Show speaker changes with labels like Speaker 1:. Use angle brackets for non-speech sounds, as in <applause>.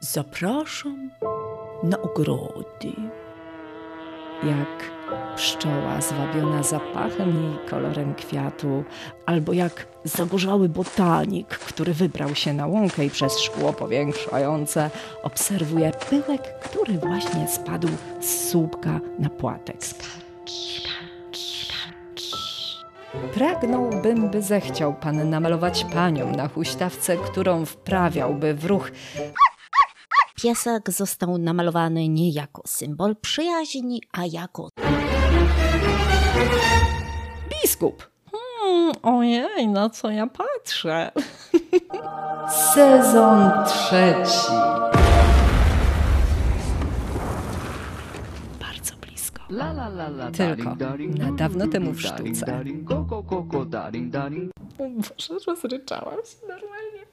Speaker 1: Zapraszam na ogrody.
Speaker 2: jak pszczoła zwabiona zapachem i kolorem kwiatu, albo jak zagorzały botanik, który wybrał się na łąkę i przez szkło powiększające obserwuje pyłek, który właśnie spadł z słupka na płatek. Pragnąłbym, by zechciał pan namalować panią na huśtawce, którą wprawiałby w ruch
Speaker 3: Piesek został namalowany nie jako symbol przyjaźni, a jako
Speaker 2: biskup. Hmm, ojej, na co ja patrzę? <laughs> Sezon trzeci. Bardzo blisko. Tylko na dawno temu w sztuce. O Boże, rozryczałam się normalnie.